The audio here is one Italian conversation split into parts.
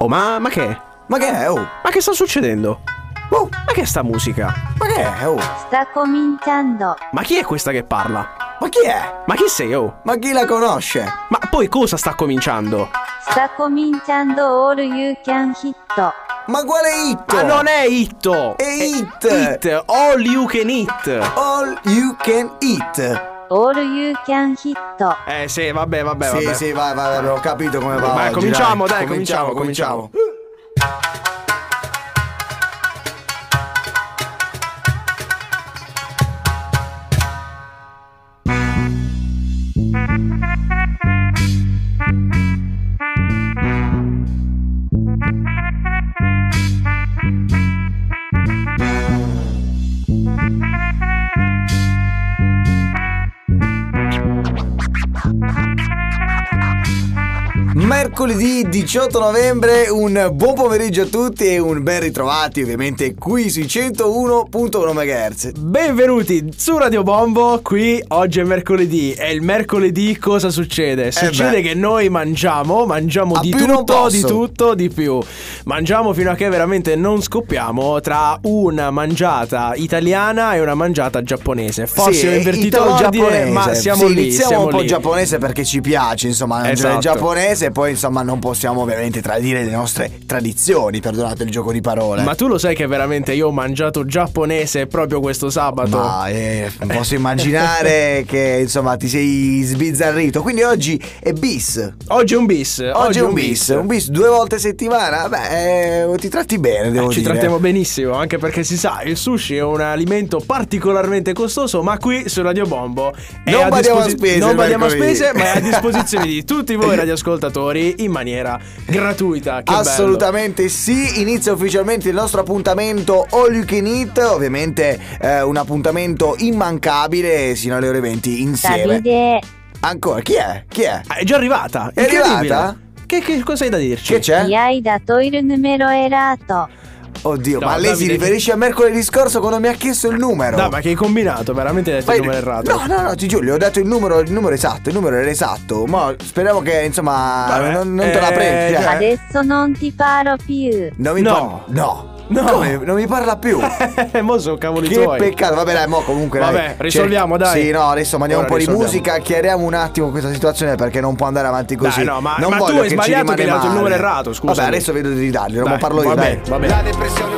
Oh, ma, ma che? Ma che è, oh? Ma che sta succedendo? Oh, Ma che è sta musica? ma che è, oh? Sta cominciando. Ma chi è questa che parla? Ma chi è? Ma chi sei, oh? Ma chi la conosce? Ma poi cosa sta cominciando? Sta cominciando All You Can Hit. Ma quale hit? Ma Ah, non è Itto! Cioè. È It. It! All you can eat! All you can eat. All You Can Hit. Eh sì, vabbè, vabbè, sì, vabbè. sì, vai, vai, vai, ho capito come va. Vai, oggi, cominciamo, dai, cominciamo, cominciamo. Mercoledì 18 novembre, un buon pomeriggio a tutti e un ben ritrovati ovviamente qui sui 101.1 MHz. Benvenuti su Radio Bombo, qui oggi è mercoledì e il mercoledì cosa succede? Succede Eh beh. che noi mangiamo, mangiamo A di più non tutto, di posso. tutto, di più. Mangiamo fino a che veramente non scoppiamo tra una mangiata italiana e una mangiata giapponese. Forse Sì, ho invertito l'ordine, italo-giapponese. ma siamo Sì, lì, Iniziamo siamo un po' lì. giapponese perché ci piace, insomma, mangiare il Esatto. giapponese e poi insomma non possiamo ovviamente tradire le nostre tradizioni, perdonate il gioco di parole. Ma tu lo sai che veramente io ho mangiato giapponese proprio questo sabato? Ma eh, posso immaginare che insomma ti sei sbizzarrito. Quindi oggi è bis. Oggi, Oggi è un bis. Oggi, è un bis. Un bis due volte a settimana. Beh, eh, ti tratti bene, devo Eh, Ci dire. trattiamo benissimo, anche perché si sa, il sushi è un alimento particolarmente costoso, ma qui su Radio Bombo è Non a badiamo a disposi- spese non il badiamo a mercoledì. spese, ma è a disposizione di tutti voi radioascoltatori in maniera gratuita. Che Assolutamente sì, inizia ufficialmente il nostro appuntamento All You Can Eat, ovviamente eh, un appuntamento immancabile sino alle ore 20 insieme. Davide. Ancora, chi è? Chi è? bello. Ah, È già arrivata. È incredibile. arrivata? Che, che cosa hai da dirci? Che c'è? Mi hai dato il numero errato. Oddio, No, ma lei si Davide- riferisce a mercoledì scorso quando mi ha chiesto il numero. Dai, ma che hai combinato? Veramente hai detto il Poi- numero errato. No, no, no, ti giuro, le ho dato il numero, il numero esatto, il numero era esatto. Ma speriamo che, insomma, Vabbè, non, non te la eh, prendi. cioè. Eh. dai. Adesso non ti paro più. Non mi No. par- no. No. Come? Non mi parla più. Mo sono cavoli Che tuoi. peccato, vabbè dai, mo comunque Vabbè, dai, Cioè, risolviamo, dai. Sì, no, adesso mandiamo Ora un po' di risolviamo. musica, chiariamo un attimo questa situazione perché non può andare avanti così. no, ma- non ma tu voglio hai che ci sbagliato che rimane hai dato il male. numero errato, scusami. Vabbè, adesso vedo di ridarglielo, ma Dai, parlo io, vabbè, dai. vabbè.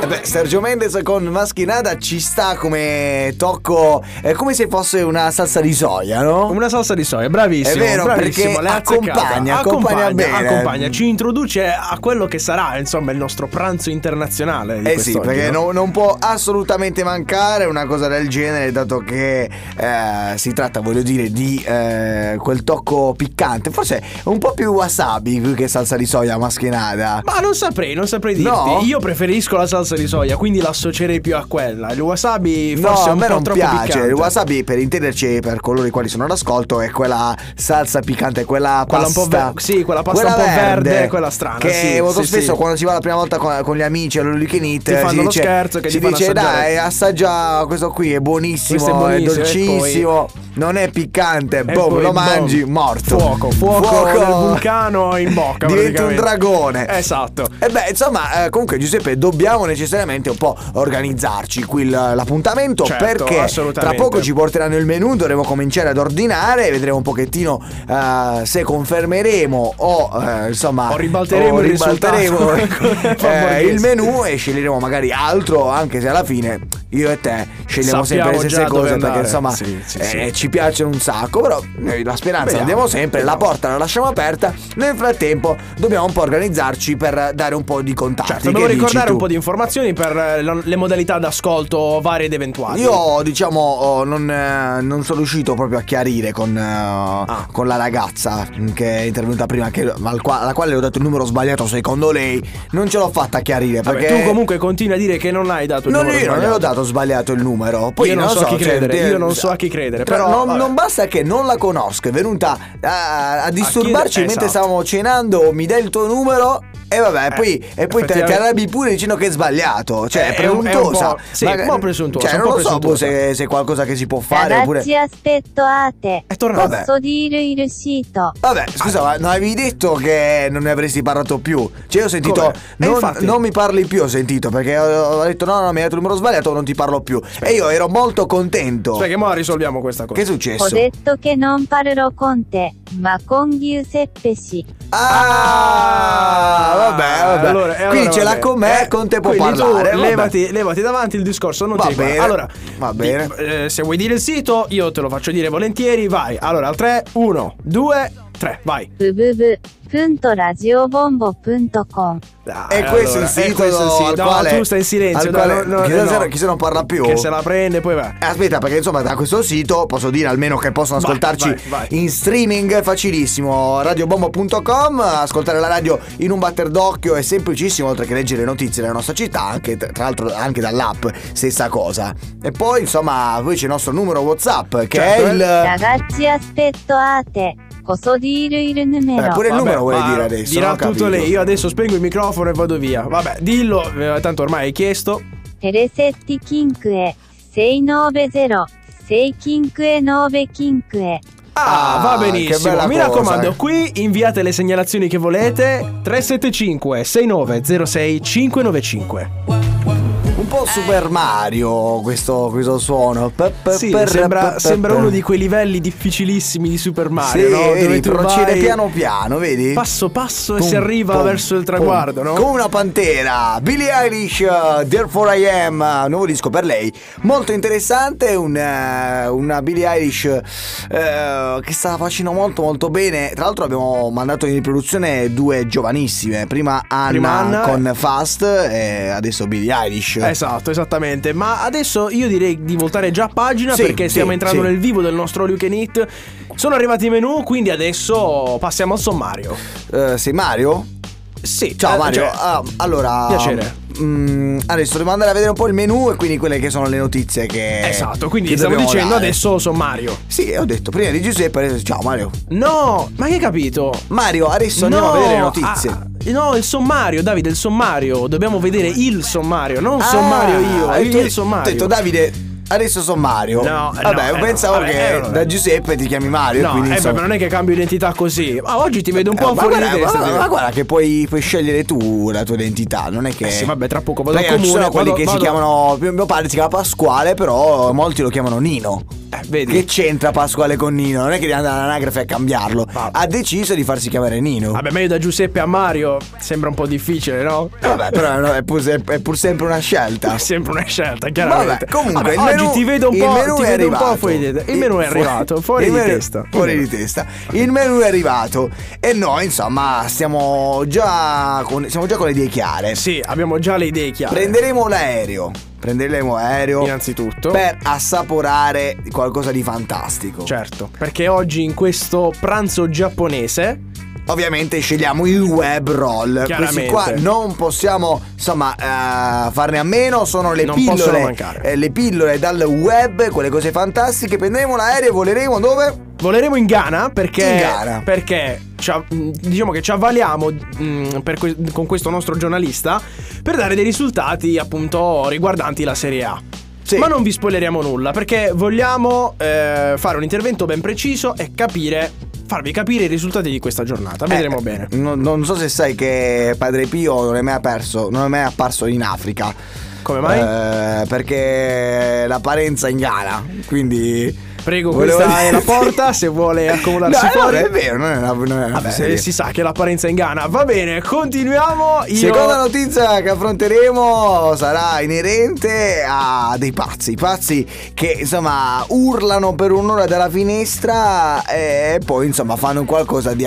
Eh beh, Sergio Mendes con Maschinata ci sta come tocco, è come se fosse una salsa di soia, no? Una salsa di soia, bravissimo. È vero, bravissimo, perché l'hai azzeccata. accompagna, accompagna bene. accompagna, ci introduce a quello che sarà, insomma, il nostro pranzo internazionale. Di Eh sì, quest'oggi, perché no? non, non può assolutamente mancare una cosa del genere, dato che eh, si tratta, voglio dire, di eh, quel tocco piccante, forse un po' più wasabi più che salsa di soia maschinata. Ma non saprei, non saprei dirti. No? Io preferisco la salsa di soia, quindi l'associerei più a quella. Il wasabi No, forse è a un me po' non troppo piace. piccante. Il wasabi, per intenderci, per coloro i quali sono all'ascolto, è quella salsa piccante, quella, Quella un po' pasta. ver- sì, quella pasta un po' verde, quella strana, Che sì, molto sì, spesso sì. quando si va la prima volta con, con gli amici all'Olikin Eat, Ti fanno si lo dice, scherzo che si ti fanno dice assaggiare. dai, assaggia questo qui, è buonissimo, Questo è buonissimo", e dolcissimo, non è piccante, E boom, Eh, poi, lo boom, mangi, morto. Fuoco, fuoco, nel vulcano in bocca. Diventi un praticamente. dragone. Esatto. E beh, insomma, eh, comunque Giuseppe, dobbiamo necessariamente un po' organizzarci qui l- l'appuntamento Certo, perché tra assolutamente. poco ci porteranno il menù, dovremo cominciare ad ordinare, vedremo un pochettino eh, se confermeremo o eh, insomma O ribalteremo o il risultato. ribalteremo, eh, Hamburghese. il menù e sceglieremo magari altro, anche se alla fine io e te scegliamo sempre Sappiamo le stesse già dove cose perché andare. insomma Sì, sì, eh, sì. ci piacciono un sacco, però noi la speranza la Vediamo, diamo sempre, la vediamo. porta la lasciamo aperta. Nel frattempo dobbiamo un po' organizzarci per dare un po' Ah, di contatti. Certo, Che devo dici ricordare tu? un po' di informazioni per eh, la- le modalità d'ascolto varie ed eventuali. Io diciamo oh, non, eh, non sono riuscito proprio a chiarire con, eh, Ah. con la ragazza che è intervenuta prima, che- al qua- alla quale ho dato il numero sbagliato secondo lei, non ce l'ho fatta a chiarire Vabbè, perché... tu comunque continui a dire che non hai dato il Non, numero io non sbagliato. ho dato sbagliato il numero. Poi Io non so a chi se- credere, eh, io non so a chi credere, tra- però, non, vabbè. non basta che non la conosco, è venuta a, a disturbarci chiedere- mentre esatto. stavamo cenando. Mi dai il tuo numero? E vabbè, Eh, poi, e poi te- effettivamente- ti arrabbi pure dicendo che è sbagliato. Cioè, è Eh, è un- è un presuntuosa. po'- sì, un po' presuntuosa, Cioè, un non po' lo so boh, presuntuosa. se, se è qualcosa che si può fare oppure. Ragazzi aspetto a te. È tornato. Vabbè. Posso dire il sito? Vabbè, scusa, ma non avevi detto che non ne avresti parlato più? Cioè, io ho sentito. Come? Eh, Non, infatti. non mi parli più, ho sentito, perché ho, ho detto no, no, mi hai dato il numero sbagliato, non ti parlo più. E io ero molto contento. Aspetta che mo la risolviamo questa cosa. Che è Ho successo? detto che non parlerò con te, ma con Giuseppe sì. Ah, vabbè, vabbè. Allora, e Quindi allora ce l'ha vabbè. con me, Eh, con te può quindi tu parlare. vabbè. levati, levati davanti il discorso, non Va ti riguarda. bene, Allora, va di- bene. eh, se vuoi dire il sito, io te lo faccio dire volentieri. Vai. Allora, al 3, 1, 2, 3, vai. ブブブ、プンとラジオボンボプンとコン。 Dai, E allora, questo è il e sito, questo è il sito. al No, quale- tu stai in silenzio. al dai, quale- no, no, chissà se- no. chi se non parla più. Che se la prende, poi va. Eh, Aspetta, perché insomma, da questo sito posso dire almeno che possono Vai, ascoltarci vai, vai. in streaming facilissimo. Radiobombo.com, ascoltare la radio in un batter d'occhio è semplicissimo, oltre che leggere le notizie della nostra città, anche tra l'altro anche dall'app, stessa cosa. E poi, insomma, poi c'è il nostro numero WhatsApp che Certo, è il. ラガチアスペットアーテ、コソディールイルヌメロ Eh,。pure il Vabbè, numero vuole ma dire adesso. Dirà no? tutto Capito. lei. Io adesso spengo il microfono e vado via. Vabbè, dillo, eh, tanto ormai hai chiesto. テレセッティキンクエ、セイノーベゼロ、セイキンクエノーベキンクエ。 Ah, Ah, va che benissimo. bella Mi cosa. raccomando, qui inviate le segnalazioni che volete 375 6906 595. Un po' Super Mario questo, questo suono. Pe- pe- Sì, per- pe- sembra, pe- sembra pe- uno di quei livelli difficilissimi di Super Mario, Sì, no? vedi, tu procede vai piano piano, vedi? passo passo e Pum, si arriva pum, verso il pum. traguardo, no? Come una pantera. Billie Eilish, uh, Therefore I Am, uh, nuovo disco per lei. Molto interessante, un, uh, una Billie Eilish uh, che sta facendo molto molto bene. Tra l'altro abbiamo mandato in riproduzione due giovanissime. Prima Anna, Prima Anna. con Fast e adesso Billie Eilish. Esatto, esattamente. Ma adesso io direi di voltare già pagina Sì, perché sì, stiamo entrando sì. nel vivo del nostro All You Can Eat. Sono arrivati i menu, quindi adesso passiamo al sommario. Uh, sei Mario? Sì, Ciao eh, Mario, cioè, Ah, allora... Piacere. mm, adesso dobbiamo andare a vedere un po' il menu e quindi quelle che sono le notizie che... esatto, quindi che stiamo eh, dobbiamo dicendo dare. adesso sommario. Sì, ho detto prima di Giuseppe, adesso ciao Mario. No, ma che hai capito? Mario, adesso andiamo a vedere le notizie. ah, no, il sommario, Davide, il sommario. Dobbiamo vedere il sommario, non Ah, sommario io. hai Il, detto- sommario. Ho detto Davide, adesso sono Mario. No, eh, vabbè, no, eh, pensavo no, vabbè, che eh, no, da no. Giuseppe ti chiami Mario. No, quindi, eh, beh, insomma- ma non è che cambio identità così. Ma oggi ti vedo un Eh, po' ma fuori guarda, di testa. ma- Davide. ma guarda che puoi, puoi scegliere tu la tua identità, non è che... Eh sì, vabbè, tra poco vado al Perché ci comune, sono quelli vado- che si vado- chiamano... Mio mio padre si chiama Pasquale, però molti lo chiamano Nino. Eh, vedi. Che c'entra Pasquale con Nino? Non è che devi andare all'anagrafe a cambiarlo. Vabbè. Ha deciso di farsi chiamare Nino. Vabbè, meglio da Giuseppe a Mario sembra un po' difficile, no? Vabbè, però è una- è pur, è pur sempre una scelta. È sempre una scelta, chiaramente. Vabbè, comunque Vabbè, il oggi menù, ti vedo un il menù po', ti è vedo un po' arrivato. fuori di testa. Il menù è Fu- arrivato, fuori il di menù- testa. Fuori di testa. Il menù è arrivato e noi, insomma, stiamo già con, siamo già con le idee chiare. Sì, abbiamo già le idee chiare. Prenderemo l'aereo. Prenderemo aereo Innanzitutto. per assaporare qualcosa di fantastico. Certo, perché oggi in questo pranzo giapponese Ovviamente scegliamo il web roll. Questi Chiaramente. qua non possiamo, insomma, eh, farne a meno. Sono le Non possono pillole. mancare. eh, le pillole dal web, quelle cose fantastiche. Prenderemo l'aereo e voleremo dove? voleremo in Ghana perché In Ghana. perché ci av- mh, diciamo che ci avvaliamo mh, per que- con questo nostro giornalista per dare dei risultati appunto riguardanti la Serie A. Sì. Ma non vi spoileriamo nulla perché vogliamo eh, fare un intervento ben preciso e capire farvi capire i risultati di questa giornata. Vedremo Eh, bene. Non, non so se sai che Padre Pio non è mai, perso- non è mai apparso in Africa. Come mai? Eh, perché l'apparenza inganna. Quindi. Prego, volevo questa dire- è la porta, se vuole accomodarsi no, fuori. No, non è vero, non è una, non è una Vabbè, fesseria. eh, si sa che l'apparenza inganna. Va bene, continuiamo. Io... Seconda notizia che affronteremo sarà inerente a dei pazzi, pazzi che insomma urlano per un'ora dalla finestra e poi insomma fanno qualcosa di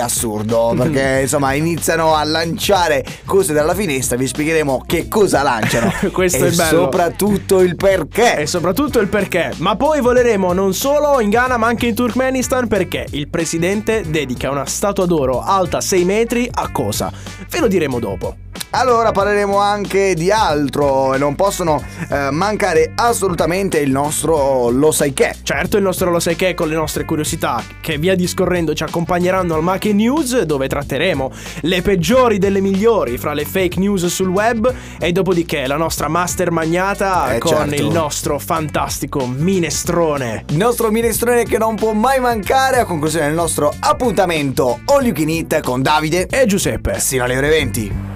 assurdo perché insomma iniziano a lanciare cose dalla finestra, vi spiegheremo che cosa lanciano Questo e è bello. Eh soprattutto il perché. E soprattutto il perché. Ma poi voleremo non solo in Ghana ma anche in Turkmenistan perché il presidente dedica una statua d'oro alta 6 metri a cosa? Ve lo diremo dopo. Allora parleremo anche di altro e non possono eh, mancare assolutamente il nostro lo sai che. Certo, il nostro lo sai che con le nostre curiosità che via discorrendo ci accompagneranno al Mache News dove tratteremo le peggiori delle migliori fra le fake news sul web e dopodiché la nostra master magnata Eh, con certo. il nostro fantastico minestrone. Il nostro minestrone che non può mai mancare a conclusione del nostro appuntamento All You Can Eat con Davide eh, E Giuseppe. sino alle ore 20.